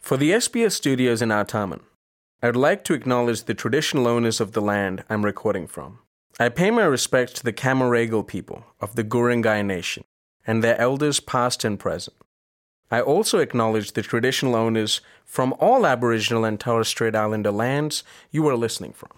For the SBS studios in Artarmon, I would like to acknowledge the traditional owners of the land I'm recording from. I pay my respects to the Camaragal people of the Guringai Nation and their elders past and present. I also acknowledge the traditional owners from all Aboriginal and Torres Strait Islander lands you are listening from.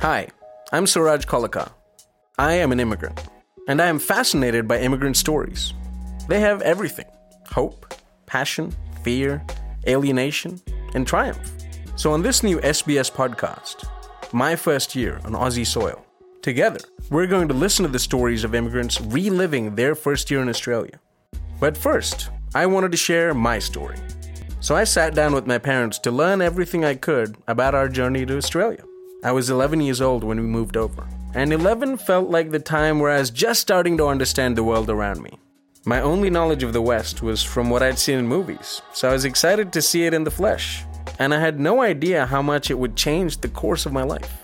Hi, I'm Suraj Kolaka. I am an immigrant, and I am fascinated by immigrant stories. They have everything hope, passion, fear, alienation, and triumph. So, on this new SBS podcast, My First Year on Aussie Soil, together, we're going to listen to the stories of immigrants reliving their first year in Australia. But first, I wanted to share my story. So, I sat down with my parents to learn everything I could about our journey to Australia. I was 11 years old when we moved over, and 11 felt like the time where I was just starting to understand the world around me. My only knowledge of the West was from what I'd seen in movies, so I was excited to see it in the flesh, and I had no idea how much it would change the course of my life.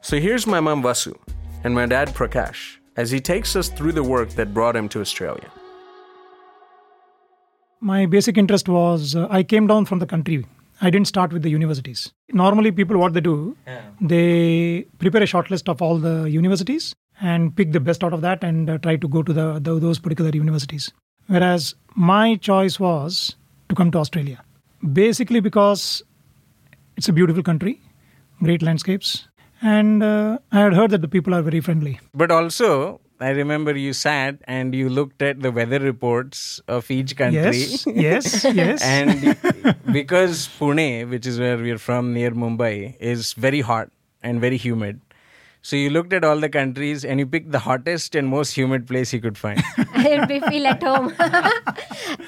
So here's my mom Vasu and my dad Prakash as he takes us through the work that brought him to Australia. My basic interest was uh, I came down from the country. I didn't start with the universities. Normally, people what they do, they prepare a short list of all the universities and pick the best out of that and uh, try to go to the, the those particular universities. Whereas my choice was to come to Australia, basically because it's a beautiful country, great landscapes, and uh, I had heard that the people are very friendly. But also, I remember you sat and you looked at the weather reports of each country. Yes, yes, yes. and because Pune, which is where we're from near Mumbai, is very hot and very humid. So you looked at all the countries and you picked the hottest and most humid place you could find. I'll be feel at home.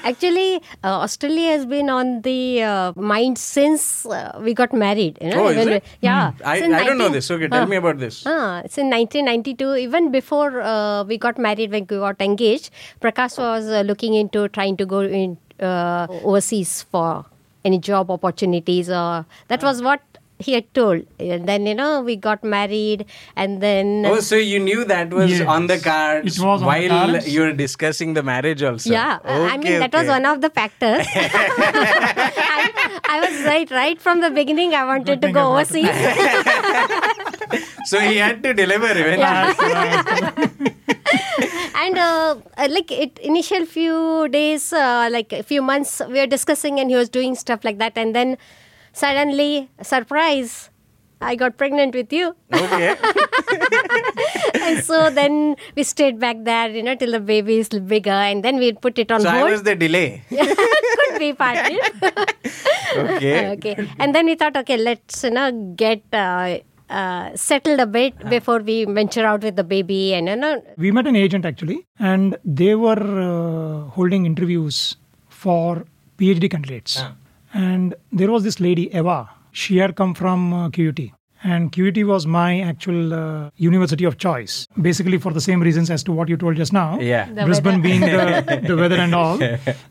Actually, uh, Australia has been on the uh, mind since uh, we got married. You know? Oh, is Even it? we- yeah. I, I Since uh, don't know 19 this. Okay, tell me about this. Ah, it's in 1992. Even before uh, we got married, when we got engaged, Prakash was uh, looking into trying to go in uh, overseas for any job opportunities. Or Ah. that was what he had told. And then you know we got married, and then Oh, so you knew that was Yes. on the cards It was on the while cards. you were discussing the marriage also. Yeah, I mean that was one of the factors. I, I was right, right from the beginning. I wanted Good to thing go I brought overseas. So he had to deliver eventually. uh, and uh, uh, like it initial few days uh, like a few months we were discussing and he was doing stuff like that and then suddenly surprise i got pregnant with you Okay. and so then we stayed back there you know till the baby is bigger and then we'd put it on So I hold was the delay. could be partly Okay. Uh, okay and then we thought okay let's you know get uh, uh, settled a bit before we venture out with the baby and you know we met an agent actually and they were uh, holding interviews for phd candidates and there was this lady eva she had come from uh, qut and qut was my actual uh, university of choice basically for the same reasons as to what you told just now Yeah. The brisbane being the, the weather and all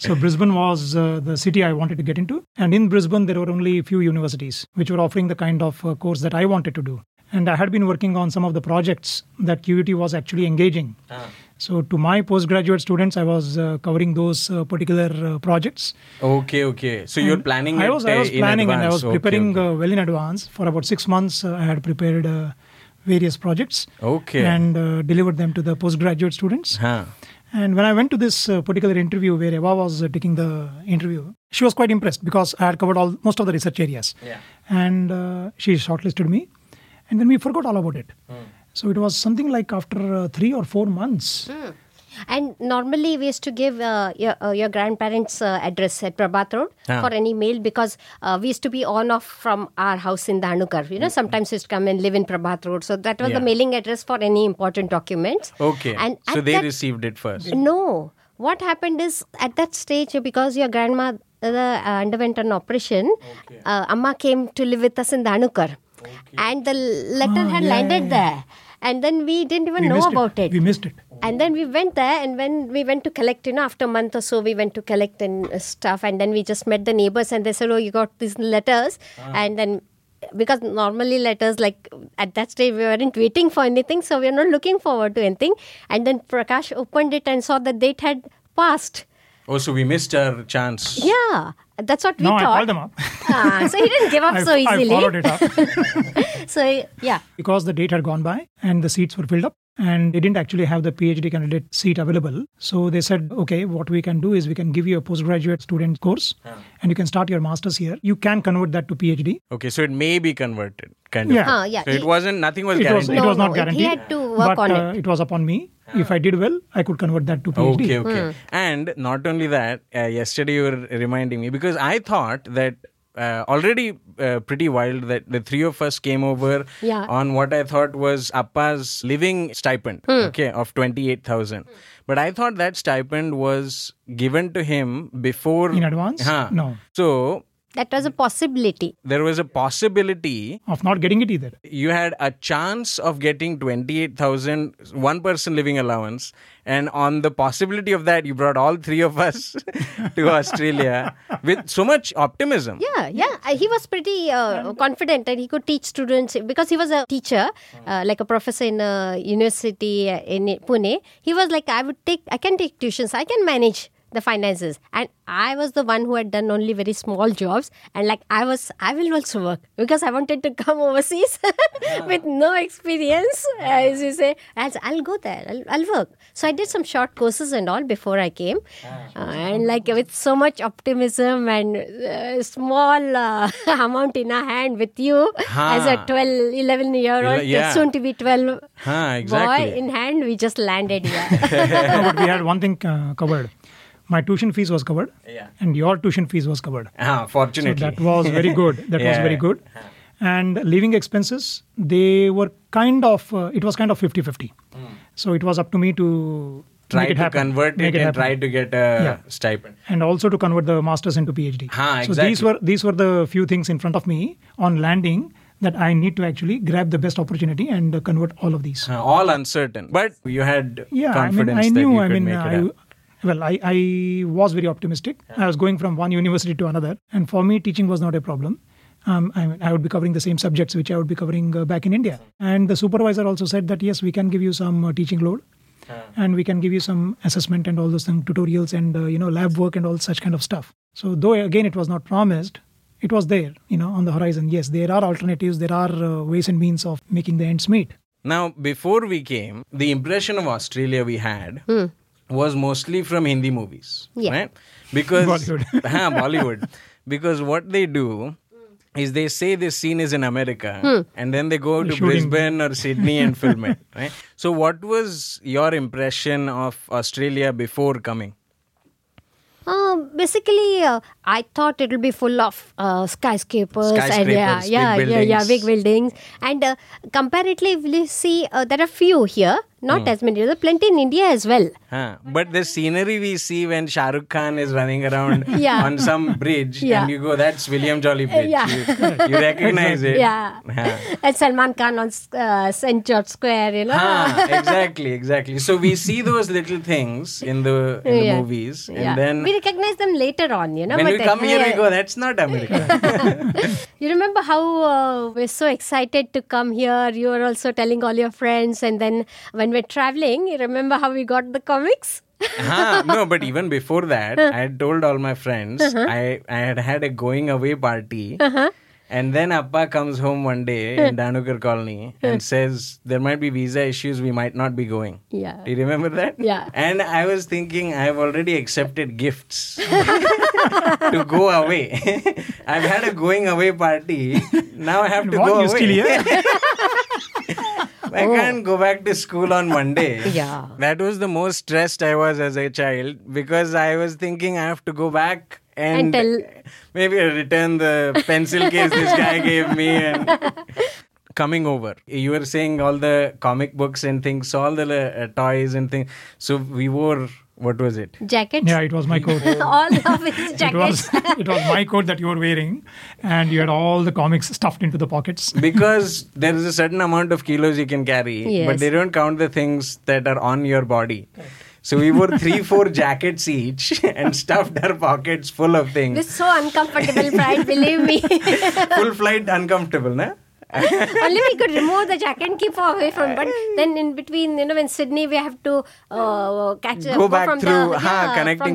so brisbane was uh, the city i wanted to get into and in brisbane there were only a few universities which were offering the kind of uh, course that i wanted to do and I had been working on some of the projects that QUT was actually engaging. Ah. So, to my postgraduate students, I was uh, covering those uh, particular uh, projects. Okay, okay. So you're planning I it, was, uh, I was in planning and I advance. was Okay, preparing okay. Uh, well in advance. For about six months, uh, I had prepared uh, various projects Okay. and uh, delivered them to the postgraduate students. Huh. And when I went to this uh, particular interview where Eva was uh, taking the interview, she was quite impressed because I had covered all most of the research areas. Yeah. And uh, she shortlisted me, and then we forgot all about it. So it was something like after uh, three or four months. Hmm. and normally we used to give uh, your, uh, your grandparents uh, address at Prabhat Road Ah. for any mail because uh, we used to be on off from our house in Dhanukar. You know, sometimes we used to come and live in Prabhat Road. So that was the Yeah. mailing address for any important documents. Okay. And so at they that received it first. no. What happened is at that stage, because your grandma uh, underwent an operation, Ah, uh, Amma came to live with us in Danukar. And the letter had landed there. and then we didn't even we know missed about it. We missed it. And then we went there, and when we went to collect, you know, after a month or so, we went to collect and uh, stuff. And then we just met the neighbors, and they said, Oh, you got these letters. Ah. And then, because normally letters, like at that stage, we weren't waiting for anything, so we are not looking forward to anything. And then Prakash opened it and saw the date had passed. Oh, so we missed our chance. Yeah, that's what we no, I thought. called them up. Ah, so he didn't give up I, so I easily. followed it up so, yeah. because the date had gone by and the seats were filled up. And they didn't actually have the PhD candidate seat available. So they said, okay, what we can do is we can give you a postgraduate student course and you can start your master's here. You can convert that to PhD. Okay, so it may be converted, kind of. Yeah. Ah, yeah. So it He- wasn't. Nothing was It was, guaranteed. it was No, not no, it- guaranteed. he had to work but, on uh, it was upon me. If I did well, I could convert that to PhD. Okay, Hmm. okay. And not only that, uh, yesterday you were reminding me because I thought that uh, already uh, pretty wild that the three of us came over Yeah. on what I thought was Appa's living stipend, Hmm. okay, of 28,000. But I thought that stipend was given to him before. In advance? Huh. No. So That was a possibility. there was a possibility Of not getting it either. you had a chance of getting 28,000 one person living allowance and on the possibility of that you brought all three of us to australia with so much optimism Yeah, yeah. Uh, He was pretty uh, confident and he could teach students because he was a teacher, uh, like a professor in a university uh, in Pune. He was like, I would take, I can take tuitions, I can manage the finances. And I was the one who had done only very small jobs. And like, I was, I will also work because I wanted to come overseas Ah. with no experience, Uh, as you say. As I'll go there, I'll, I'll work. So I did some short courses and all before I came. Ah. Uh, and like with so much optimism and uh, small uh, amount in our hand with you as a Huh. 12, 11 year old, Ele- yeah. soon to be 12 Huh, exactly. boy in hand, we just landed here. no, but we had one thing uh, covered. My tuition fees was covered, Yeah. and your tuition fees was covered. ah, So fortunately that was very good. That was Yeah. very good. And living expenses, they were kind of, uh, it was kind of 50 50. So it was up to me to Hmm. try make it to happen. convert make it, it and happen. try to get a Yeah. stipend and also to convert the masters into PhD. Ha, So these exactly. were these were the few things in front of me on landing that I need to actually grab the best opportunity and uh, convert all of these. Ah, all uncertain but you had yeah, I mean, confidence I that knew. you I could mean, make it I, happen. well, I, I was very optimistic. I was going from one university to another, and for me, teaching was not a problem. Um, I, mean, I would be covering the same subjects which I would be covering uh, back in India. And the supervisor also said that yes, we can give you some uh, teaching load, Hmm. and we can give you some assessment and all those things, tutorials and uh, you know lab work and all such kind of stuff. So though again it was not promised, it was there, you know, on the horizon. Yes, there are alternatives. There are uh, ways and means of making the ends meet. Now, before we came, the impression of Australia we had was mostly from Hindi movies, Hmm. Yeah. right? Because Bollywood. Huh, Bollywood. Because what they do is they say this scene is in America, Hmm. and then they go to shooting. Brisbane or Sydney and film it, right? So, what was your impression of Australia before coming? um, basically, uh, I thought it'll be full of uh, skyscrapers, and yeah, Skyscrapers, big yeah, yeah, yeah, buildings. big buildings. And uh, comparatively, see, uh, there are few here, not Hmm. as many. There are plenty in India as well. Huh. But the scenery we see when Shah Rukh Khan is running around Yeah. on some bridge, Yeah. and you go, "That's William Jolly Bridge." Yeah. You, you recognize it. Yeah. Huh. and Salman Khan on uh, St. George Square, you know. Ah, exactly, exactly. So we see those little things in the in the Yeah. movies, and yeah. then we recognize them later on, you know. when but we come here, we yeah. go, "That's not America." You remember how uh, we're so excited to come here? You were also telling all your friends, and then when we're traveling, you remember how we got the comics? ah, no, but even before that, I had told all my friends Uh-huh. I I had had a going away party. And then Appa comes home one day in Danukar colony and says, There might be visa issues, we might not be going. Yeah. Do you remember that? Yeah. And I was thinking, I've already accepted gifts to go away. I've had a going away party. Now I have to What, go you away. still here? I can't go back to school on Monday. Oh. Yeah. That was the most stressed I was as a child because I was thinking I have to go back and, And tell- maybe I return the pencil case this guy gave me and coming over. You were saying all the comic books and things, all the uh, toys and things. So we wore What was it? Jackets? Yeah, it was my coat. All of his It was jackets. it was my coat that you were wearing, and you had all the comics stuffed into the pockets. Because there is a certain amount of kilos you can carry, but Yes. they don't count the things that are on your body. So we wore three, four jackets each and stuffed our pockets full of It things. was so uncomfortable, Brian, believe me. Full flight uncomfortable, na? Only we could remove the jacket and keep away from But then in between, you know, in Sydney, we have to uh, catch a- Go back from through, the, ha, connecting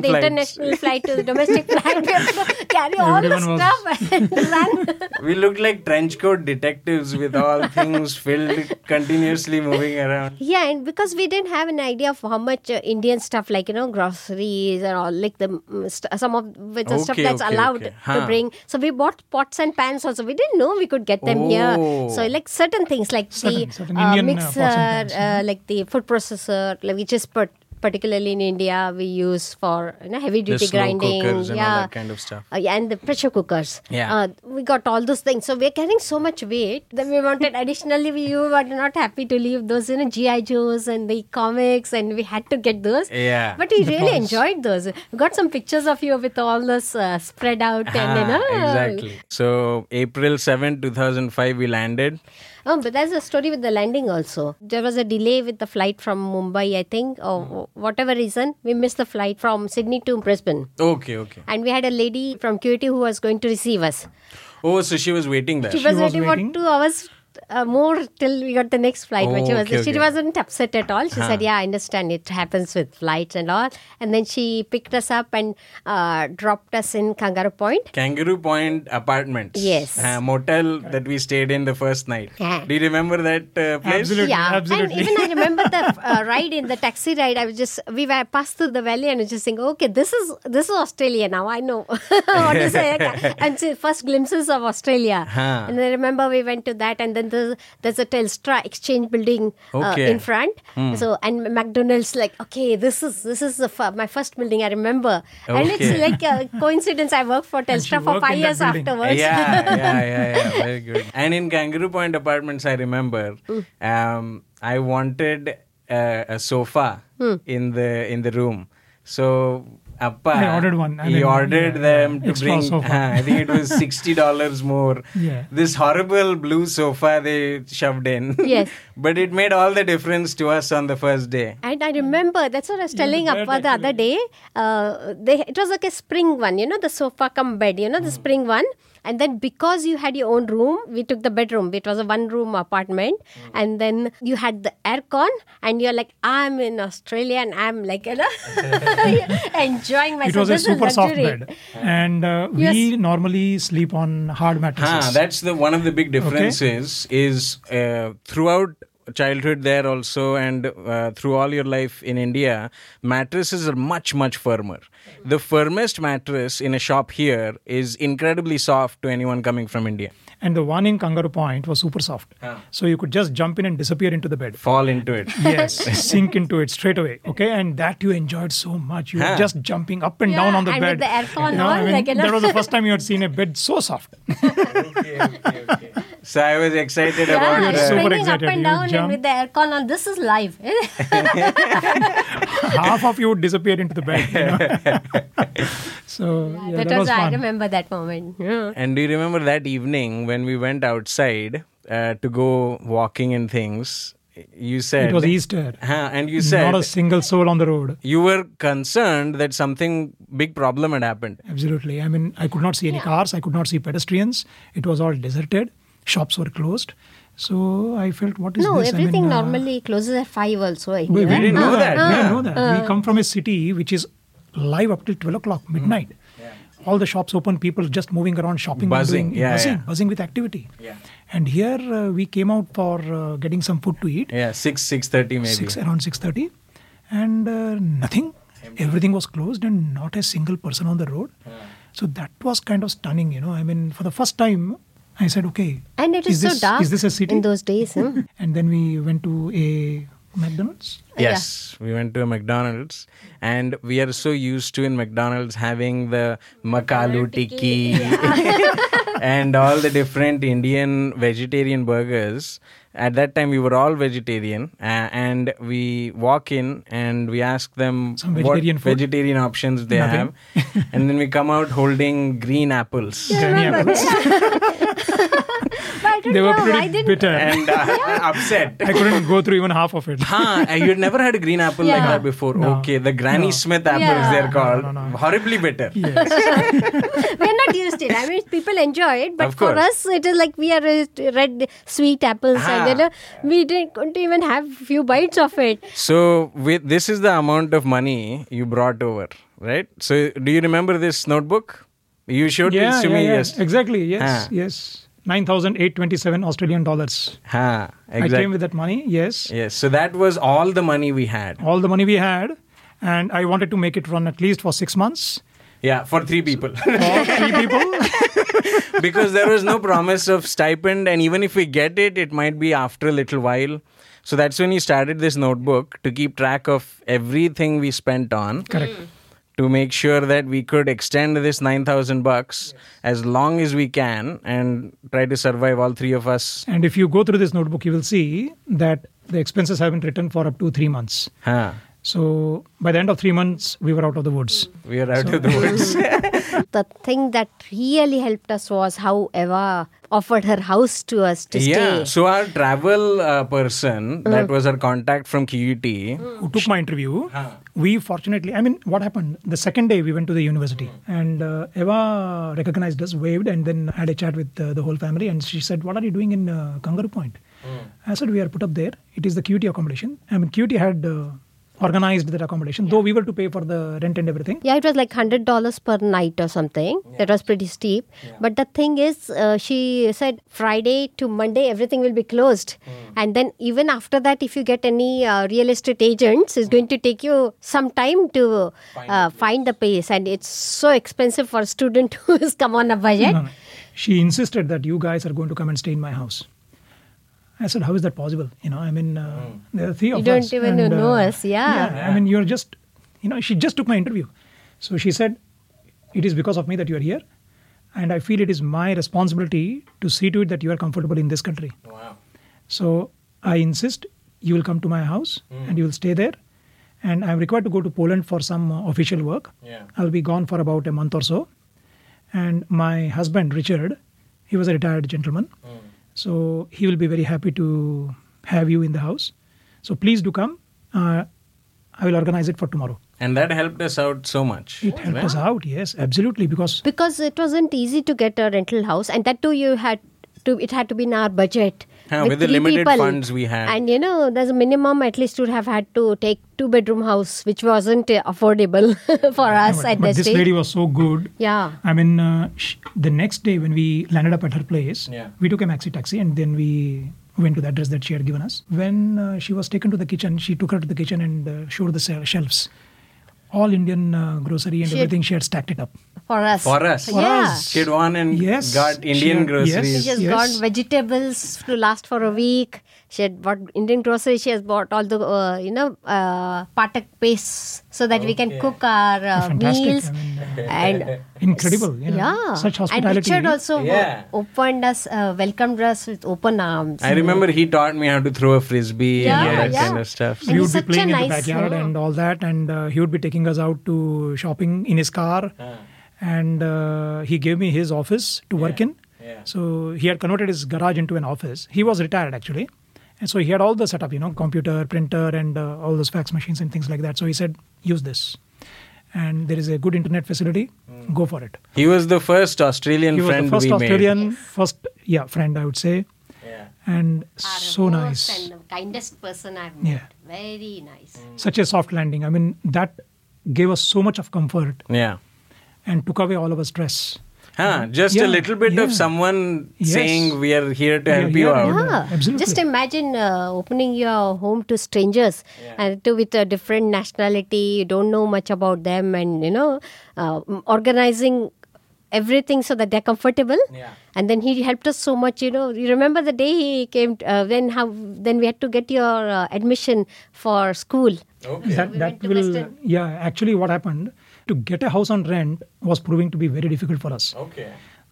from the flights. international flight to the domestic flight. We have to carry all the Everyone was- stuff and run. We looked like trench coat detectives with all things filled, continuously moving around. Yeah, and because we didn't have an idea of how much uh, Indian stuff, like you know, groceries and all, like the mm, st- some of with the stuff Okay, that's okay, allowed okay. to Huh. bring. So we bought pots and pans also. We didn't know we could get them here. Oh. So like certain things, like Certain- the certain uh, Indian, uh, pots mixer, and pans, uh, like the food processor, like which is per- particularly in India we use for you know, heavy The duty slow grinding, cookers and all yeah, that kind of stuff. uh, yeah, and the pressure cookers. Yeah. Uh, we got all those things. So we're carrying so much weight that we wanted, additionally, we were not happy to leave those, you know, G.I. Joes and the comics, and we had to get those. Yeah. But we The really toys. enjoyed those. We got some pictures of you with all this uh, spread out and, you Ah, know. exactly. So April 7, 2005, we landed. Oh, but there's a story with the landing also. There was a delay with the flight from Mumbai, I think, or Hmm. whatever reason. We missed the flight from Sydney to Brisbane. Okay, okay. And we had a lady from QT who was going to receive us. Oh, so she was waiting there. she, was, was waiting, waiting? for two hours uh, more till we got the next flight. when she Oh, was, okay, she okay. wasn't upset at all. She said, "Yeah, I understand. It happens with flights and all." And then she picked us up and uh, dropped us in Kangaroo Point. Kangaroo Point Apartments. Yes. Uh, motel that we stayed in the first night. Yeah. Do you remember that uh, place? Absolutely, yeah, absolutely. and even I remember the uh, ride in the taxi ride. I was just we were passed through the valley and I was just thinking, okay, this is this is Australia now. I know what is it? And so first glimpses of Australia. Huh. And I remember we went to that, and then there's, there's a Telstra Exchange building Okay. uh, in front. Hmm. So and McDonald's like, okay, this is this is the f- my first building I remember, and it's Okay. like a coincidence. I worked for Telstra for worked five in that years building. afterwards. Yeah, yeah, yeah, yeah. Very good. And in Kangaroo Point Apartments, I remember, Hmm. um, I wanted uh, a sofa Hmm. in the in the room. So Appa, I ordered one. I he mean, ordered yeah, them to extra bring. sofa. huh, I think it was sixty dollars more. Yeah. This horrible blue sofa they shoved in. Yes. but it made all the difference to us on the first day. And I remember that's what I was telling bed Appa the other day. Uh, they, it was like a spring one, you know, the sofa come bed, you know, Hmm. the spring one. And then because you had your own room, we took the bedroom. It was a one room apartment, Hmm. and then you had the aircon, and you're like, I'm in Australia, and I'm like, you know, enjoying It myself. was a This is super soft luxury. bed, and uh, we normally sleep on hard mattresses. Ah, that's the one of the big differences is uh, throughout childhood there also and uh, through all your life in India, mattresses are much much firmer. The firmest mattress in a shop here is incredibly soft to anyone coming from India. and the one in Kangaroo Point was super soft, so you could just jump in and disappear into the bed. Fall into it. Yes, sink into it straight away. Okay, and that you enjoyed so much. You were just jumping up and down Yeah, on the and with bed. the aircon You know, on, I mean, like, you know. that was the first time you had seen a bed so soft. So I was excited Yeah, about You're you're super uh, springing up excited. and You down, and jump. with the aircon on. This is life. Half of you would disappear into the bed. You know? so yeah, that, that, was, I fun. remember that moment. Yeah. And do you remember that evening when we went outside uh, to go walking and things? You said It was Easter. Huh, and you said not a single soul on the road. you were concerned that something big problem had happened. Absolutely. I mean, I could not see any cars. I could not see pedestrians. It was all deserted. Shops were closed. So I felt, what is No, this? I mean, everything uh, normally closes at five also. eh? I We, think, we right? didn't know know that. that, We yeah. Uh, didn't know that. uh, We come from a city which is live up till 12 o'clock, Mm-hmm. midnight. All the shops open, people just moving around, shopping, and Buzzing, doing- yeah, buzzing, yeah. buzzing with activity. And here uh, we came out for uh, getting some food to eat, Yeah, six six thirty maybe. six uh, around 6.30, and uh, nothing. Everything was closed and not a single person on the road. So that was kind of stunning, you know. I mean, for the first time, I said, okay. And it is, so this, dark Is this a city? in those days. hmm? and then we went to a McDonald's. Yes, we went to a McDonald's, and we are so used to in McDonald's having the makalu tikki and all the different Indian vegetarian burgers. At that time, we were all vegetarian, uh, and we walk in and we ask them Some vegetarian what food? vegetarian options they have, and then we come out holding green apples. Granny apples. But I don't They were know. I pretty didn't. bitter. And uh, upset. I couldn't go through even half of it. Huh, and you'd never had a green apple like Yeah. that before. No. Okay, the Granny Smith apples Yeah. they're called. No, no, no. Horribly bitter. Yes. We're not used to it. I mean, people enjoy it, but Of for course. us, it is like we are uh, red sweet apples, and you Ah. know, we didn't couldn't even have few bites of it. So with this is the amount of money you brought over, right? So do you remember this notebook? You showed yeah, this to yeah, me yeah. yes. Exactly. Yes. Ah. Yes. 9,827 Australian dollars. Ha, I came exactly. with that money. Yes. Yes. So that was all the money we had. All the money we had. And I wanted to make it run at least for six months Yeah, for three people. for three people. because there was no promise of stipend and even if we get it it might be after a little while so that's when you started this notebook to keep track of everything we spent on correct to make sure that we could extend this 9000 bucks as long as we can and try to survive all three of us And if you go through this notebook, you will see that the expenses have been written for up to three months. huh So by the end of three months, we were out of the woods. we are out of the woods the thing that really helped us was how Eva offered her house to us to yeah stay. so our travel uh, person that was our contact from qut Who took my interview? We fortunately, I mean, what happened? The second day, we went to the university, and uh, Eva recognized us, waved, and then had a chat with uh, the whole family. And she said, "What are you doing in uh, Kangaroo Point?" I said, "We are put up there. It is the QT accommodation. I mean, QT had." Uh, organized that accommodation though we were to pay for the rent and everything Yeah, it was like hundred dollars per night or something. That was pretty steep. But the thing is, uh, she said Friday to Monday everything will be closed, and then even after that, if you get any uh, real estate agents, it's going to take you some time to uh, find the place, and it's so expensive for a student who has come on a budget. No, no. She insisted that you guys are going to come and stay in my house. I said, "How is that possible? You know, I mean, uh, there are three You of don't us. even and, uh, know us, yeah. I mean, you're just, you know, she just took my interview, so she said, "It is because of me that you are here, and I feel it is my responsibility to see to it that you are comfortable in this country. wow So I insist you will come to my house and you will stay there." And I'm required to go to Poland for some uh, official work. Yeah. I'll be gone for about a month or so. And my husband, Richard, he was a retired gentleman. So he will be very happy to have you in the house. So please do come. Uh, I will organize it for tomorrow. and that helped us out so much It helped us out, yes, absolutely, because because it wasn't easy to get a rental house and that too you had to it had to be in our budget Yeah, with the three limited funds we had. and you know there's a minimum at least would have had to take two bedroom house which wasn't uh, affordable for us but, at but that this stage lady was so good. yeah I mean, uh, sh- the next day when we landed up at her place, Yeah. we took a maxi taxi and then we went to the address that she had given us. When uh, she was taken to the kitchen, she took her to the kitchen and uh, showed the sel- shelves. All Indian uh, grocery and She had- everything, she had stacked it up. for us for us For Yeah. us. she'd won and Yes. got indian She- groceries she has Yes. got vegetables to last for a week she had bought indian grocery she has bought all the uh, you know uh, patak paste so that we can cook our uh, Fantastic. meals I mean, uh, and Incredible. You know, yeah. Such And hospitality. Richard also wo- Yeah. opened us, uh, welcomed us with open arms. I remember he taught me how to throw a frisbee and all Yeah, that yeah. kind of stuff. And we would be such a playing in the nice backyard song. and all that, and uh, he would be taking us out to shopping in his car, Ah. and uh, he gave me his office to work in. yeah. So he had converted his garage into an office. He was retired actually, and so he had all the setup, you know, computer, printer, and uh, all those fax machines and things like that. So he said, use this, and there is a good internet facility. Go for it. He was the first Australian He was Hmm. friend the first we Australian, first yeah friend I would say, made. Yeah. and Our so host nice. And the kindest person I've met. Yeah. Very nice. such a soft landing. I mean, that gave us so much of comfort Yeah. and took away all our stress. Huh, just a Yeah, little bit of yeah. someone Yes. saying we are here to We are help you here, out. yeah. Ah, absolutely. Just imagine uh, opening your home to strangers and to with a different nationality. You don't know much about them, and you know, uh, m- organizing everything so that they're comfortable. Yeah. And then he helped us so much. You know, you remember the day he came uh, when how then we had to get your uh, admission for school. Okay. that, We that went to will Western. yeah actually what happened to get a house on rent was proving to be very difficult for us Oh. Okay.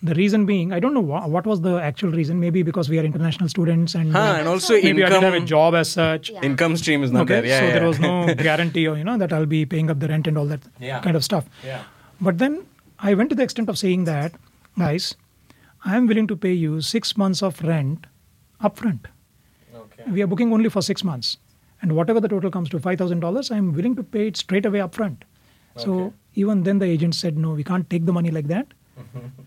the reason being i don't know wha- what was the actual reason maybe because we are international students and Huh, uh, and also maybe i didn't have a income job as such income stream is not okay there. Yeah, so yeah. there was no guarantee or you know that i'll be paying up the rent and all that Yeah. kind of stuff Yeah. but then i went to the extent of saying that guys i am willing to pay you 6 months of rent upfront okay. we are booking only for six months and whatever the total comes to $5000 i'm willing to pay it straight away upfront so Okay. even then the agent said no we can't take the money like that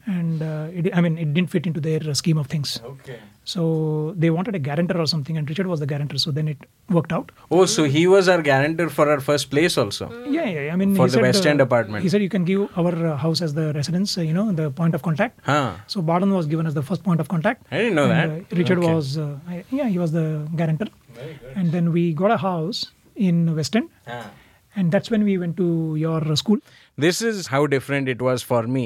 and uh, it, i mean it didn't fit into their uh, scheme of things Okay. so they wanted a guarantor or something and richard was the guarantor so then it worked out Oh, so he was our guarantor for our first place also. yeah, yeah, yeah. i mean For he the said, West End uh, apartment. he said you can give our uh, house as the residence uh, you know the point of contact Huh. so Barden was given as the first point of contact. I didn't know And, that. uh, Richard Okay. was, uh, I- yeah, he was the guarantor. And then we got a house in West End, Ah. and that's when we went to your uh, school. This is how different it was for me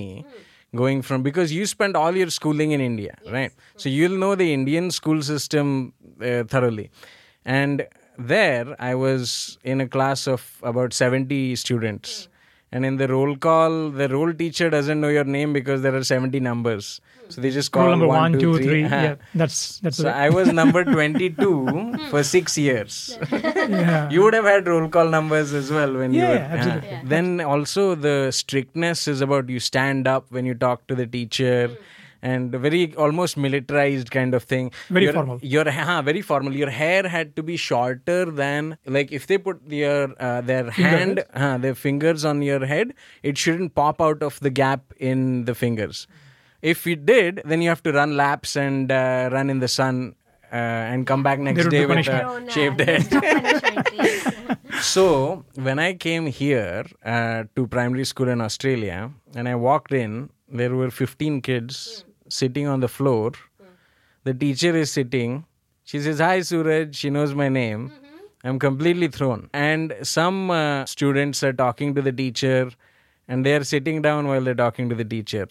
going from because you spent all your schooling in India, right? So you'll know the Indian school system uh, thoroughly. And there I was in a class of about 70 students. And in the roll call, the roll teacher doesn't know your name because there are 70 numbers. So they just call Roll number one, two, three. Ah. Yeah, that's that's So it. I was number 22 for six years. yeah. You would have had roll call numbers as well when you Yeah, were. yeah, absolutely. Uh, Then also the strictness is about you stand up when you talk to the teacher. And a very almost militarized kind of thing. Very your, formal. Your ha, very formal. Your hair had to be shorter than like if they put their uh, their hand, huh, their fingers on your head, it shouldn't pop out of the gap in the fingers. If it did, then you have to run laps and uh, run in the sun uh, and come back next would day be with punishment. a shaved head. So when I came here uh, to primary school in Australia, and I walked in, there were 15 kids sitting on the floor. The teacher is sitting. She says, "Hi, Suraj." She knows my name. I'm completely thrown. And some uh, students are talking to the teacher, and they are sitting down while they're talking to the teacher.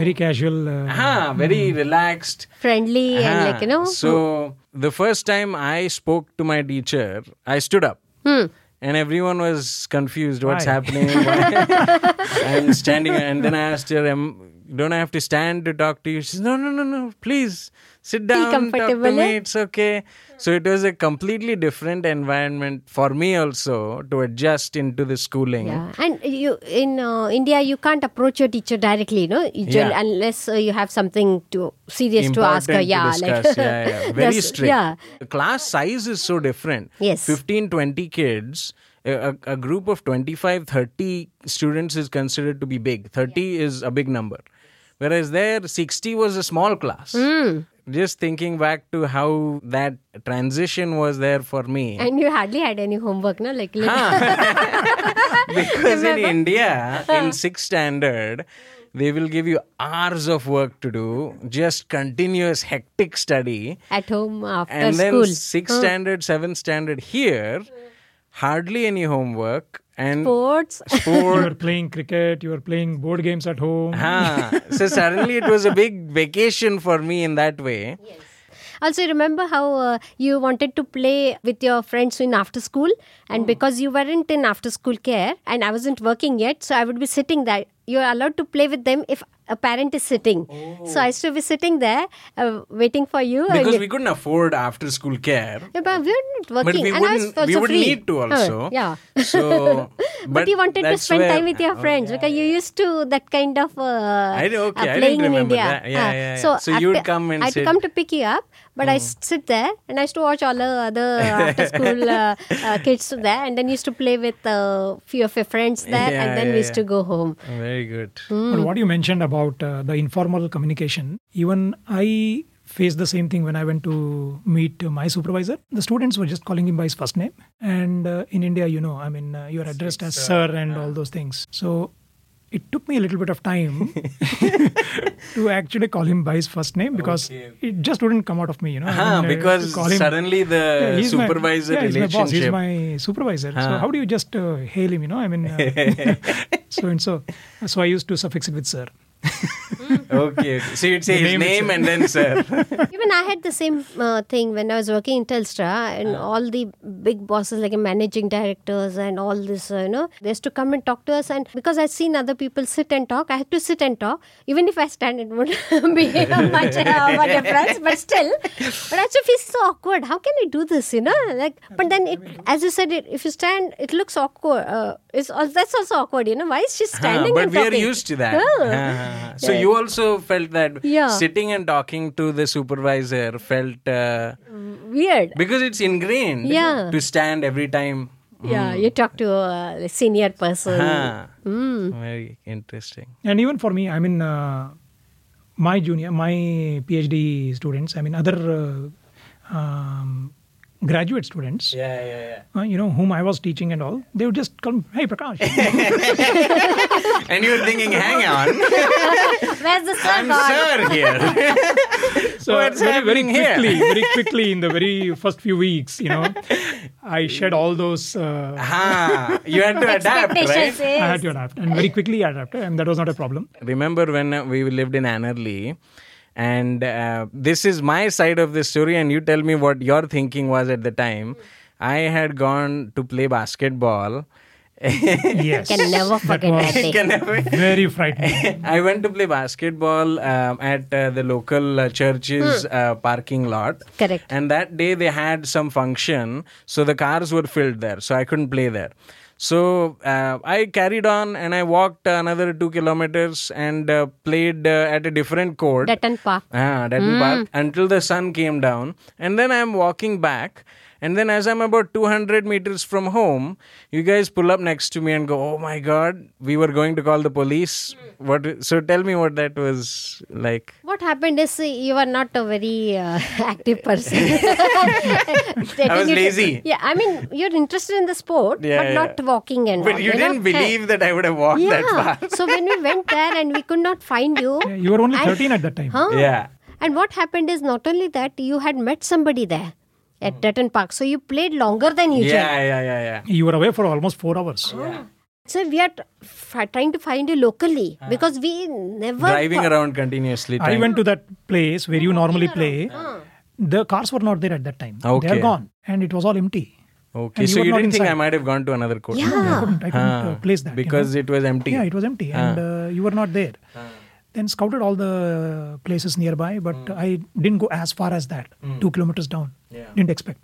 Very casual. Uh, Ah, very relaxed. Friendly and like you know. So the first time I spoke to my teacher, I stood up. Hmm. And everyone was confused. What's Why? happening? Why- I'm standing, and then I asked her, "Am- "Don't I have to stand to talk to you?" She says, "No, no, no, no. Please sit down. Talk to comfortable, me. eh? It's okay." So it was a completely different environment for me also to adjust into the schooling. Yeah, and you in uh, India you can't approach your teacher directly, no, Usually, Yeah. unless uh, you have something to serious to ask. Her. Important Yeah, discuss. yeah, yeah. very that's- strict. Yeah, The class size is so different. Yes. 15, 20 kids. A, a- a group of 25, 30 students is considered to be big. 30 is a big number. Whereas there, 60 was a small class. Hmm. Just thinking back to how that transition was there for me. and you hardly had any homework, no, like. like- because in India, in sixth standard, they will give you hours of work to do, just continuous hectic study. At home after and then school. sixth standard, seventh standard here, hardly any homework and sports. you sport. were playing cricket. You were playing board games at home. Ah, so suddenly it was a big vacation for me in that way. Also, remember how uh, you wanted to play with your friends in after school, and Hmm. because you weren't in after school care, and I wasn't working yet, so I would be sitting there. You're allowed to play with them if a parent is sitting. So I used to be sitting there uh, waiting for you. and- Oh. Because we couldn't afford after school care. Yeah, but we were not working, But we and I was wouldn't. also We would free. need to Huh, also. yeah. So, but, But, you wanted to that's spend where- oh, time with your friends because you used to that kind of uh, I do- uh, okay, I didn't playing in remember India. that. Yeah, Ah, yeah, yeah. So, So you would come and I had to sit- Hmm. come to pick you up, but I s- sit there and I used to watch all the other after school uh, uh, kids there, and then used to play with uh, few of your friends there, Yeah, and then yeah, we used yeah. to go home. Very good. Hmm. But what you mentioned about uh, the informal communication, even I faced the same thing when I went to meet uh, my supervisor. The students were just calling him by his first name. And uh, in India, you know, I mean, uh, you are addressed as sir, and all those things. So it took me a little bit of time to actually call him by his first name because it just wouldn't come out of me, you know. I Ah, mean, uh, to because call him- suddenly the Yeah, he's my- supervisor yeah, he's my boss, relationship. Uh-huh. he's my supervisor. So how do you just uh, hail him? You know, I mean, uh, so and so. So I used to suffix it with sir. okay, okay. So you'd say his name name and then sir. Even I had the same uh, thing when I was working in Telstra, and all the big bosses, like managing directors and all this, uh, you know, they used to come and talk to us. And because I've seen other people sit and talk, I had to sit and talk. Even if I stand, it would be much uh, of a difference, but still. But I actually feel so awkward. How can I do this, you know? Like, but then, it, as you said, it, if you stand, it looks awkward. Uh, it's, al- that's also awkward, you know? Why is she standing but and we talking? are used to that. Huh. Ah, So you also felt that Yeah. sitting and talking to the supervisor felt uh, Weird. because it's ingrained Yeah. to stand every time. Yeah, Hmm. you talk to a senior person. Ah, Mm. Very interesting. And even for me, I mean, uh, my junior, my PhD students, I mean, other uh, um, graduate students, Yeah, yeah, uh, you know, whom I was teaching and all, they would just come, hey, Prakash. yeah. And you're thinking, hang on, Where's the I'm sun sir here. so What's very, very happening here? quickly, very quickly in the very first few weeks, you know, I shed all those. Uh, ah, you had to adapt, right? Expectations I is. had to adapt, and very quickly I adapted, and that was not a problem. remember when uh, we lived in Annerly, and uh, this is my side of the story, and you tell me what your thinking was at the time. I had gone to play basketball. Yes, Can never forget that day. Can I- very frightening. I went to play basketball um, at uh, the local uh, church's uh, parking lot. Correct. And that day they had some function, so the cars were filled there, so I couldn't play there. So uh, I carried on and I walked another two kilometers and uh, played uh, at a different court. Dutton Park. Ah, Dutton Hmm. Park until the sun came down. And then I'm walking back. And then, as I'm about 200 meters from home, you guys pull up next to me and go, Oh my God, we were going to call the police. What? So tell me what that was like. What happened is uh, you are not a very uh, active person. I was lazy. yeah, I mean you're interested in the sport, Yeah, but yeah. not walking and. all, But you know? didn't believe that I would have walked Yeah. that far. so when we went there and we could not find you. Yeah, you were only I- 13 at that time. Huh? Yeah. And what happened is not only that you had met somebody there at Dutton Park, so you played longer than usual. Yeah, yeah, yeah, yeah. You were away for almost four hours. So we are t- f- trying to find you locally because we never Ah. Driving thought- around continuously. I trying- went to that place where you normally play. The cars were not there at that time. They Okay. are gone, and it was all empty. Okay, and you so were you not didn't think I inside. might have gone to another court? Yeah. I couldn't, I couldn't uh, place that you know. because it was empty. yeah, it was empty, and uh, you were not there. Then scouted all the places nearby, but I didn't go as far as that. Two kilometers down, didn't expect.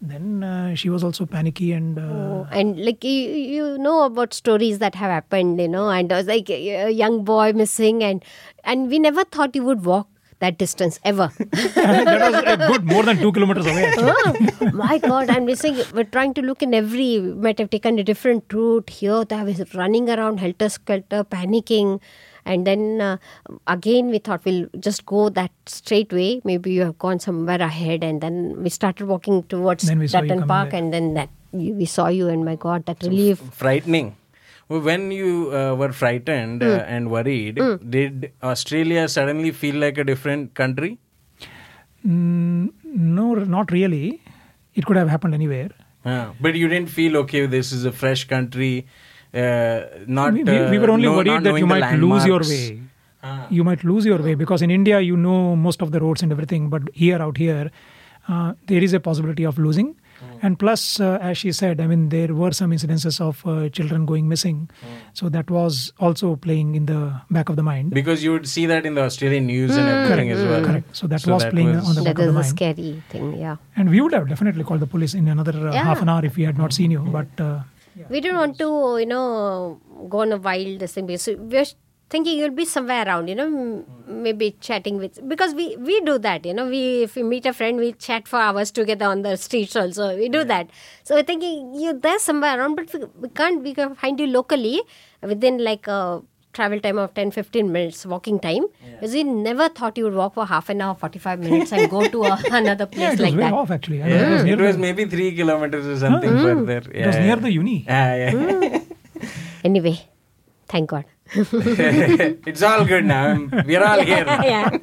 Then uh, she was also panicky, and uh, Oh, and like you, you know about stories that have happened you know and I was like a young boy missing and and we never thought you would walk that distance ever that was a good more than two kilometers away. Actually. Oh, my god i'm missing we're trying to look in every we might have taken a different route here that was running around helter skelter panicking and then uh, again we thought we'll just go that straight way maybe you have gone somewhere ahead and then we started walking towards Then we saw you Dutton coming park there. and then that you, we saw you and my god that relief frightening. When you uh, were frightened Hmm. uh, and worried, did Australia suddenly feel like a different country? Mm, no, not really. It could have happened anywhere. Uh, but you didn't feel okay. This is a fresh country. Uh, not we, we- we uh, were only no- not worried that knowing you the might lose your landmarks. way. Ah. You might lose your way because in India you know most of the roads and everything, but here out here, uh, there is a possibility of losing. Hmm. And plus, uh, as she said, I mean there were some incidences of uh, children going missing, Hmm. so that was also playing in the back of the mind. Because you would see that in the Australian news and everything as well. Hmm. Correct. So that was playing on the That back of is the a mind. scary thing, yeah. And we would have definitely called the police in another uh, half an hour if we had not seen you. Hmm. But uh, We didn't want to, you know, go on a wild this thing because we're thinking you'll be somewhere around, you know, m- maybe chatting with because we we do that, you know, we if we meet a friend we chat for hours together on the streets also. We do that. So we're thinking you're there somewhere around, but we, we can't we can find you locally within like a travel time of 10 15 minutes walking time because we never thought you would walk for half an hour 45 minutes and go to a, another yeah, place it was like way that off actually. I mean, Yeah. it was near It was the- Hmm. maybe three kilometers or something further. Yeah, it was yeah. near the Hmm. uni. Ah, yeah. anyway thank god it's all good now. I'm- We're all here. yeah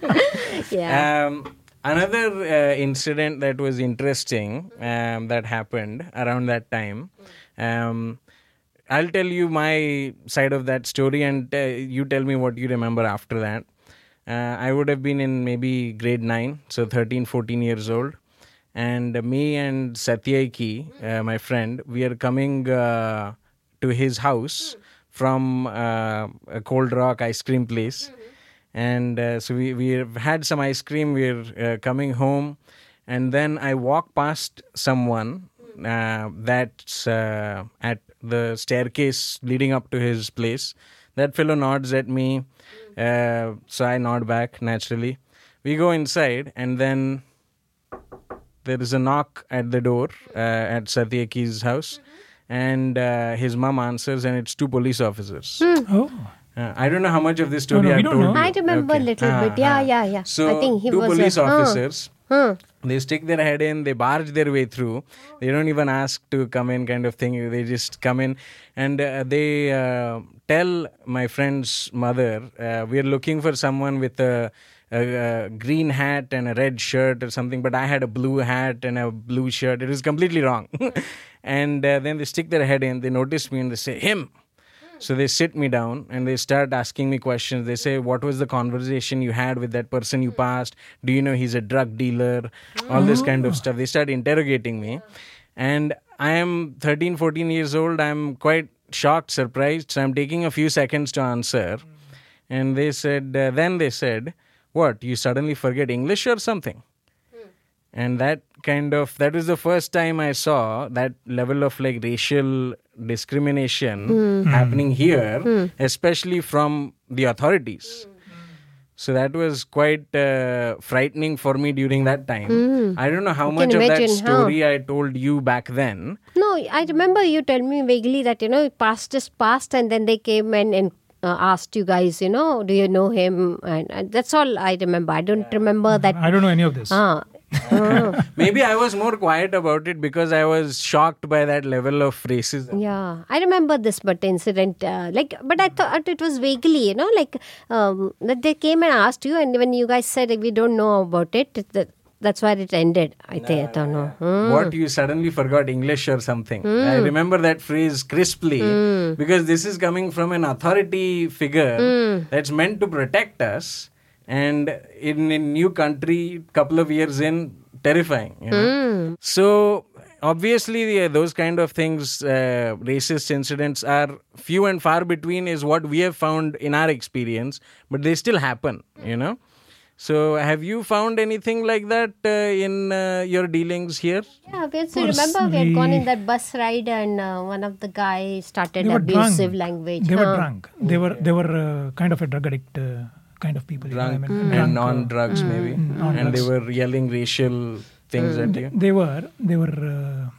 yeah Um, another uh, incident that was interesting um, that happened around that time. Um, I'll tell you my side of that story, and uh, you tell me what you remember after that. Uh, I would have been in maybe grade 9, so 13, 14 years old. And uh, me and Satyaiki, uh, my friend, we are coming uh, to his house from uh, a Cold Rock ice cream place. And uh, so we, we have had some ice cream, we're uh, coming home. And then I walk past someone uh, that's uh, at the staircase leading up to his place. That fellow nods at me, uh, so I nod back naturally. We go inside, and then there is a knock at the door uh, at Satyaki's house, and uh, his mom answers, and it's two police officers. Oh, Uh, I don't know how much of this story no, I've we don't told know. you. I remember Okay. little Ah, bit. Yeah, ah. yeah, yeah. So I think he two was a- Hmm. police huh. officers. Huh. They stick their head in, they barge their way through. They don't even ask to come in, kind of thing. They just come in and uh, they uh, tell my friend's mother, uh, We're looking for someone with a, a, a green hat and a red shirt or something, but I had a blue hat and a blue shirt. It was completely wrong. and uh, then they stick their head in, they notice me and they say, Him. Hmm. So they sit me down and they start asking me questions. They say, "What was the conversation you had with that person you passed? Do you know he's a drug dealer?" All this kind of stuff. They start interrogating me, and I am 13, 14 years old. I'm quite shocked, surprised. So I'm taking a few seconds to answer, and they said, uh, then they said, "What? You suddenly forget English or something?" and that kind of that was the first time i saw that level of like racial discrimination Hmm. happening here especially from the authorities so that was quite uh, frightening for me during that time i don't know how much of that Hmm. imagine, huh? story i told you back then No, I remember you tell me vaguely that you know past just passed, and then they came and and uh, asked you guys, you know, do you know him? And, and that's all I remember. I don't remember that. I don't know any of this. Ah, oh, maybe i was more quiet about it because i was shocked by that level of racism yeah, I remember this, but incident uh, like, but I thought it was vaguely, you know, like um, that they came and asked you, and when you guys said we don't know about it, it- that, that's where it ended. I think I don't know. Hmm. what you suddenly forgot english or something i remember that phrase crisply because this is coming from an authority figure that's meant to protect us and in a new country couple of years in terrifying you know? so obviously the- those kind of things uh, racist incidents are few and far between is what we have found in our experience but they still happen you know so have you found anything like that uh, in uh, your dealings here Yeah, we also remember we had gone in that bus ride and uh, one of the guy started abusive language. They were huh? drunk. They were they were uh, kind of a drug addict uh, kind of people. you know, I drunk mean, drunk, and Mm-hmm. uh, non drugs maybe and they were yelling racial things at you They were they were uh,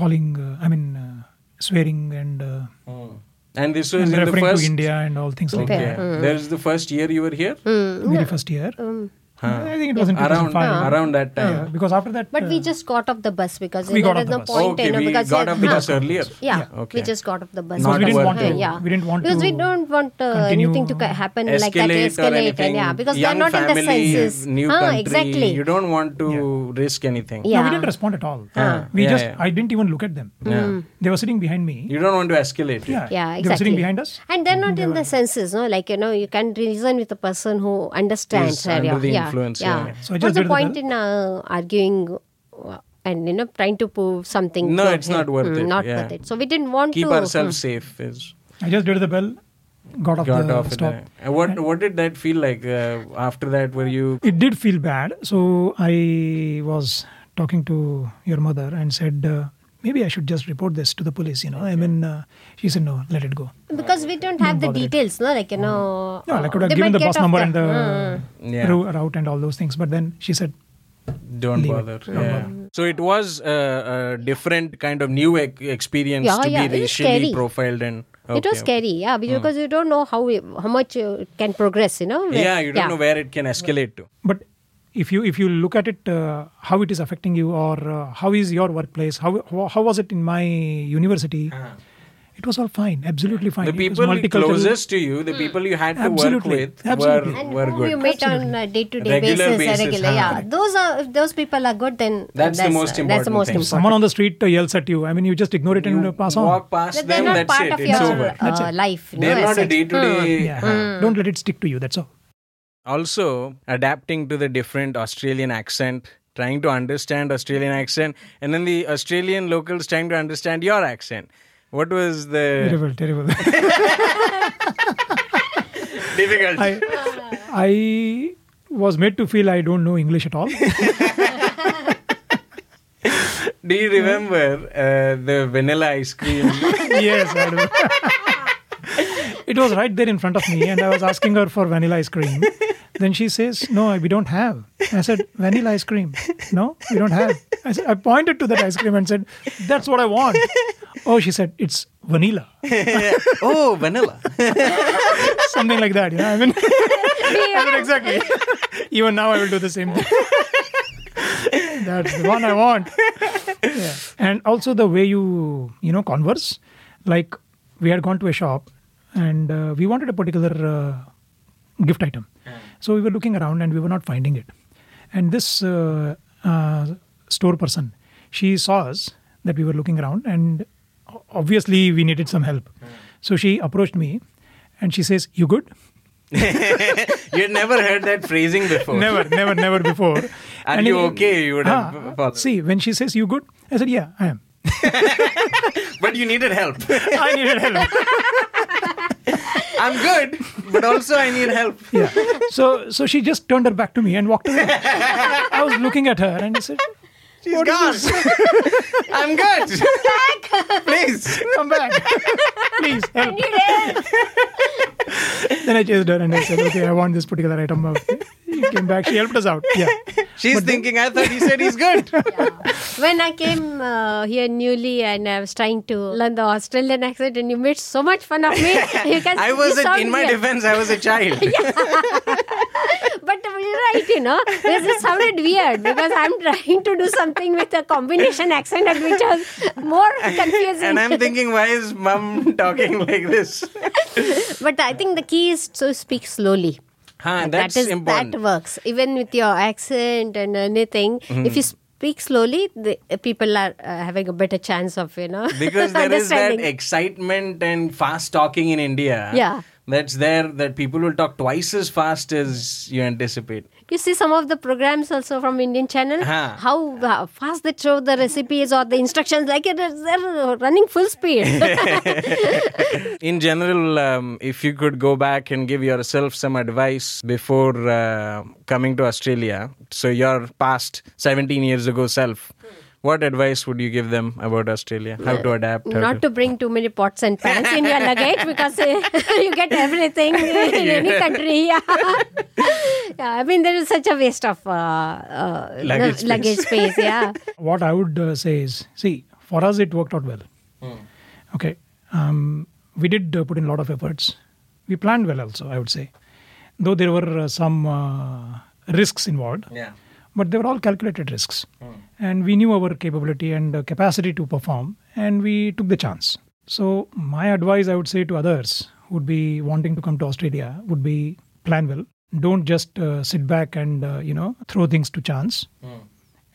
calling. Uh, I mean, uh, swearing and, uh, Mm. and this was and in the referring first to India and all things like yeah that. Mm. there's the first year you were here Very first year. Um, I think it was in around 2005. around that time Yeah, because after that, But we uh, just got off the bus because We there got was off the no bus. point. okay you know, we because got off the yeah. bus earlier Yeah, okay we just got off the bus. Because we didn't because- want to- uh, Yeah, we didn't want because we to don't want uh, continue- anything to ca- happen like that. Escalate or Escalate anything. and yeah, because we are Young not in the family, census. New Ah, country, exactly. You don't want to risk anything. Yeah. no, we didn't respond at all. Yeah. We Yeah, just yeah. I didn't even look at them. They were sitting behind me. You don't want to escalate. it. yeah, Hmm. Yeah, They were exactly. sitting behind us. And they're not in the census, no. Like you know, you can reason with a person who understands. Is her, under yeah, the yeah, influence, yeah. So I What's just the did the- point in uh, arguing uh, and you know trying to prove something? No, to it's him? not worth Mm, it, Not yeah. worth it. So we didn't want Keep to. hmm. ourselves safe. Is I just did the bell, got off got the off. stop. It. Uh, What What did that feel like uh, after that? Were you It did feel bad, so I was talking to your mother and said. Uh, Maybe I should just report this to the police, you know. I mean, uh, she said, no, let it go. because we don't Hmm, have the details, no, like you know. No, I could have Oh, they given might the get bus Hmm. off number and the Yeah. ro- route and all those things. But then she said, don't Leave it. bother? yeah. So it was uh, a different kind of new ec- experience Yeah, to yeah, be it was racially scary. profiled and. it was okay. scary, yeah, Hmm. because you don't know how how much uh, it can progress, you know. Yeah, you don't know where it can escalate to. but if you if you look at it, uh, how it is affecting you, or uh, how is your workplace? How, how how was it in my university? It was all fine, absolutely fine. Uh-huh. The It was people multicultural. closest to you, the Hmm. people you had to Absolutely. work with, Absolutely. were and were whom good. you meet on a day-to-day Regular basis, basis, uh, regular, huh. yeah. Those are if those people are good, then That's the uh, most That's the important most thing. important. Someone on the street uh, yells at you. I mean, you just ignore it and uh, pass on. Walk past they're them. not That's part it. of it's your over. uh, life. you They're know, not as a such. day to day. Yeah. Don't let it stick to you. That's all. also adapting to the different Australian accent, trying to understand Australian accent, and then the Australian locals trying to understand your accent. What was the Terrible, terrible. difficult? I, I was made to feel I don't know English at all. Do you remember uh, the vanilla ice cream? yes, I do. it was right there in front of me, and I was asking her for vanilla ice cream. Then she says, "No, we don't have." I said, "Vanilla ice cream? No, we don't have." I, said, I pointed to that ice cream and said, "That's what I want." Oh, she said, "It's vanilla," oh, vanilla. something like that. You know, I mean, I mean, exactly. Even now, I will do the same thing. That's the one I want. Yeah. And also the way you you know converse, like we had gone to a shop and uh, we wanted a particular uh, gift item, so we were looking around and we were not finding it. And this uh, uh, store person, she saw us that we were looking around, and o- obviously we needed some help. So she approached me, and she says, "You good?" you had never heard that phrasing before. never, never, never before. Are And you it- okay? You would have uh, Ah, followed. see, when she says you good, I said, Yeah, I am. But you needed help. I needed help. I'm good, but also I need help. yeah. So so she just turned her back to me and walked away. I was looking at her and I said, She's gone. I'm good. Please. Come back. Please help. then I chased her and I said, Okay, I want this particular item. of-" She came back, she helped us out. Yeah. She's thinking, I thought he said he's good. when I came uh, here newly and I was trying to learn the Australian accent, and you made so much fun of me. You can, I you was, a, sound in my weird. defense, I was a child. But you're right, you know, this is sounded weird because I'm trying to do something with a combination accent, and which was more confusing. And I'm thinking, why is mom talking like this? but I think the key is to speak slowly. Huh, That that's is- important. That works even with your accent and anything. Mm-hmm. If you speak slowly, the uh, people are uh, having a better chance of you know Because there is that understanding. excitement and fast talking in India. Yeah. That's there that people will talk twice as fast as you anticipate. you see some of the programs also from Indian channel. Huh. How uh, fast they show the recipes or the instructions, like it is they're running full speed. In general, um, if you could go back and give yourself some advice before uh, coming to Australia, so your past 17 years ago self, what advice would you give them about Australia? How to adapt? How Not to bring too many pots and pans in your luggage because uh, you get everything in any country. Yeah. yeah, I mean there is such a waste of uh, uh, Luggage space. luggage space. Yeah. What I would uh, say is, see, for us it worked out well. Okay. Um, we did uh, put in a lot of efforts. We planned well also, I would say. Though there were uh, some uh, risks involved. Yeah. But they were all calculated risks. And we knew our capability and uh, capacity to perform, and we took the chance. So, my advice I would say to others who would be wanting to come to Australia would be plan well. Don't just uh, sit back and, uh, you know, throw things to chance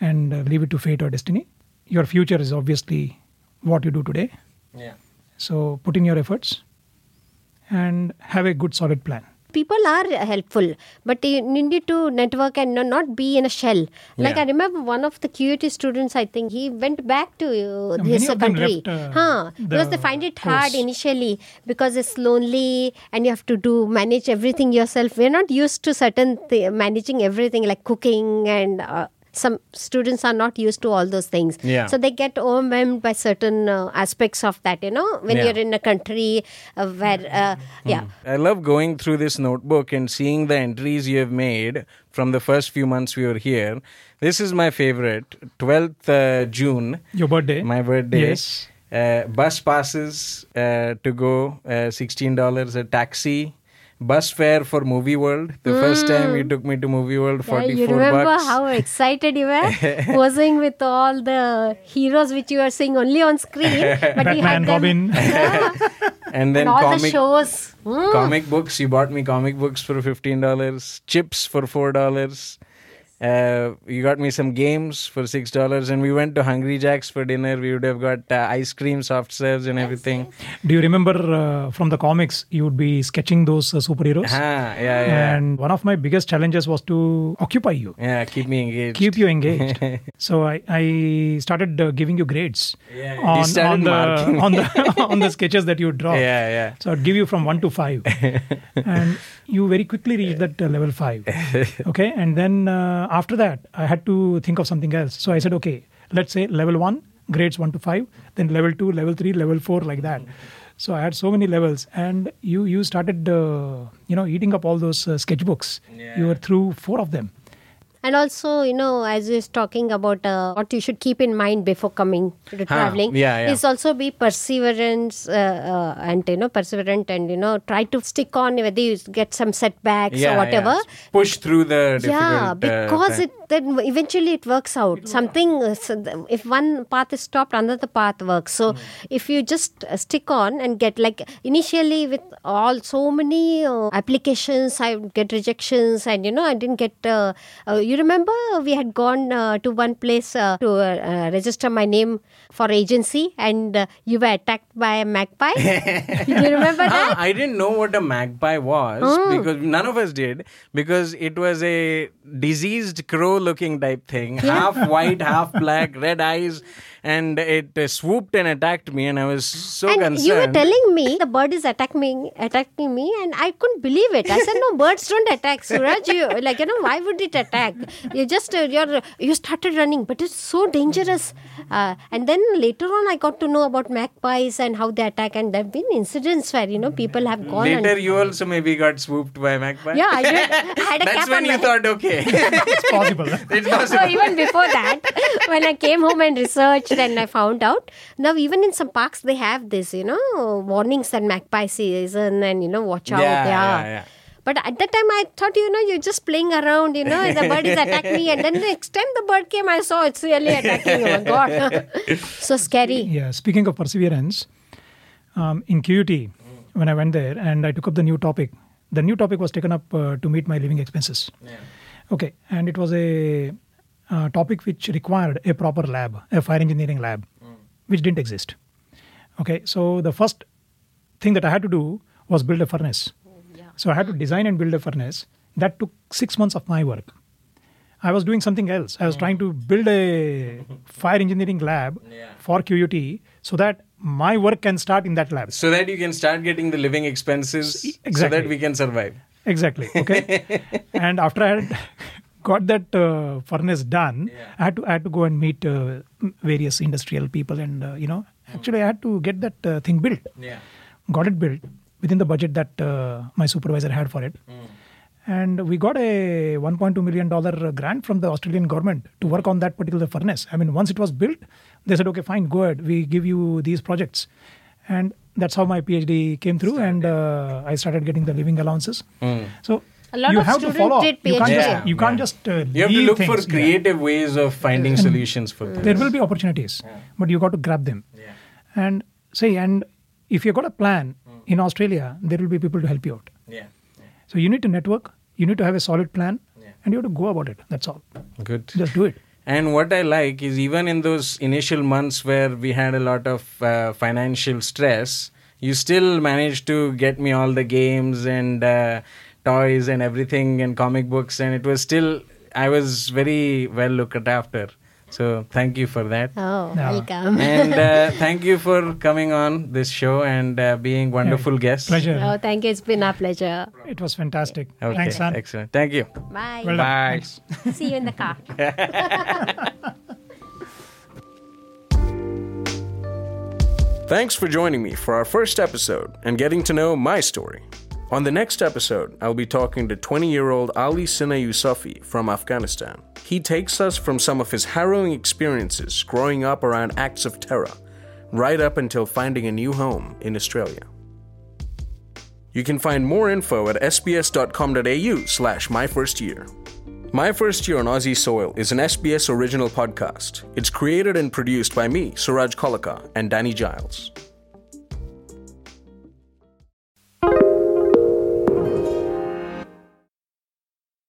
and uh, leave it to fate or destiny. Your future is obviously what you do today. Yeah. So put in your efforts and have a good solid plan. people are helpful but you you need to network and no- not be in a shell like Yeah. i remember one of the qt students i think he went back to uh, Yeah, his many of them country left, uh, huh the because they find it hard course. initially because it's lonely and you have to do manage everything yourself we're not used to certain th- managing everything like cooking and uh, some students are not used to all those things Yeah. so they get overwhelmed by certain uh, aspects of that you know when Yeah. you're in a country uh, where uh, Mm. yeah I love going through this notebook and seeing the entries you have made from the first few months we were here. This is my favorite 12th uh, June, Your birthday. my birthday. Yes. Uh, bus passes uh, to go, uh, $16 a taxi. bus fare for Movie World. The first time you took me to Movie World, Hmm. Yeah, forty you four remember bucks. how excited you were posing with all the heroes which you are seeing only on screen, but we had Batman, them Robin. and then and all the comic shows. Mm. comic books. You bought me comic books for fifteen dollars, chips for four dollars. Uh, you got me some games for six dollars, and we went to Hungry Jack's for dinner. We would have got uh, ice cream, soft serves, and everything. Do you remember uh, from the comics, you would be sketching those uh, superheroes? Ah, yeah, yeah, And one of my biggest challenges was to occupy you. yeah. Keep me engaged. keep you engaged. so I, I started uh, giving you grades Yeah. You on, started on the marking. on the on the sketches that you draw. Yeah, yeah. So I'd give you from one to five, and you very quickly reached that uh, level five. Okay, and then uh, after that, I had to think of something else. So I said, okay, let's say level one grades one to five, then level two, level three, level four, like that. So I had so many levels, and you you started uh, you know eating up all those uh, sketchbooks. You were through four of them. And also, you know, as is talking about uh, what you should keep in mind before coming to traveling, Yeah, yeah. is also be perseverance uh, uh, and you know perseverant and you know try to stick on whether you get some setbacks yeah, or whatever. yeah. Push through the difficult. yeah uh, because thing. it then eventually it works out something uh, so th- if one path is stopped another path works so if you just uh, stick on and get like initially with all so many uh, applications i would get rejections and you know i didn't get uh, uh, you remember we had gone uh, to one place uh, to uh, uh, register my name for agency and uh, you were attacked by a magpie you remember that Oh. Ah, I didn't know what a magpie was because none of us did because it was a diseased crow looking type thing, half white, half black, red eyes, and it uh, swooped and attacked me, and I was so and concerned. you were telling me the bird is attacking me, attacking me, and I couldn't believe it. I said, "No, birds don't attack, Suraj. You, like you know, why would it attack? You just uh, you're you started running, but it's so dangerous." Uh, and then later on, I got to know about magpies and how they attack, and there've been incidents where you know people have gone. Later, and, you also maybe got swooped by a magpie. yeah, I did. I had a That's cap when on Oh, you my thought, okay, It's possible. it's possible. so even before that, when I came home and researched and I found out, now even in some parks they have this, you know, warnings that magpie season and you know watch out. Yeah, Yeah. yeah, yeah. But at that time, I thought, you know, you're just playing around, you know, the bird is attacking me. And then the next time the bird came, I saw it's really attacking. Oh, my God. so scary. Yeah, speaking of perseverance, um, in QUT, when I went there and I took up the new topic, the new topic was taken up uh, to meet my living expenses. Okay, and it was a uh, topic which required a proper lab, a fire engineering lab, which didn't exist. Okay, so the first thing that I had to do was build a furnace. So I had to design and build a furnace. That took six months of my work. I was doing something else. I was trying to build a fire engineering lab for QUT so that my work can start in that lab. So that you can start getting the living expenses so E, Exactly. that we can survive. Exactly. Okay. and after I had got that uh, furnace done, I had to I had to go and meet uh, m- various industrial people, and uh, you know, actually I had to get that uh, thing built. Yeah. Got it built within the budget that uh, my supervisor had for it. And we got a 1.2 million dollar grant from the Australian government to work on that particular furnace. I mean, once it was built, they said, "Okay, fine, go ahead. We give you these projects," and that's how my PhD came through, and uh, I started getting the living allowances. So A lot you of have to students follow. up. did You can't PhD. just Yeah, you can't Mm. yeah. just uh, You have to leave look things. for Yeah. creative ways of finding solutions Mm. for There things. will be opportunities, but you got to grab them. And say, and if you got a plan Mm. in Australia, there will be people to help you out. Yeah. So you need to network. You need to have a solid plan, and you have to go about it. That's all. Good. Just do it. And what I like is even in those initial months where we had a lot of uh, financial stress, you still managed to get me all the games and uh, toys and everything and comic books, and it was still I was very well looked after. So thank you for that. Oh, Yeah. welcome. and uh, thank you for coming on this show and uh, being wonderful guests. Pleasure. Oh, thank you. It's been our pleasure. It was fantastic. Okay, Thanks, son. excellent. Thank you. Bye. Well done. Bye. Thanks. See you in the car. Thanks for joining me for our first episode and getting to know my story. On the next episode, I'll be talking to 20 year old Ali Sina Yusufi from Afghanistan. He takes us from some of his harrowing experiences growing up around acts of terror, right up until finding a new home in Australia. You can find more info at sbs.com.au slash my first year. My First Year on Aussie Soil is an SBS original podcast. It's created and produced by me, Suraj Kolaka, and Danny Giles.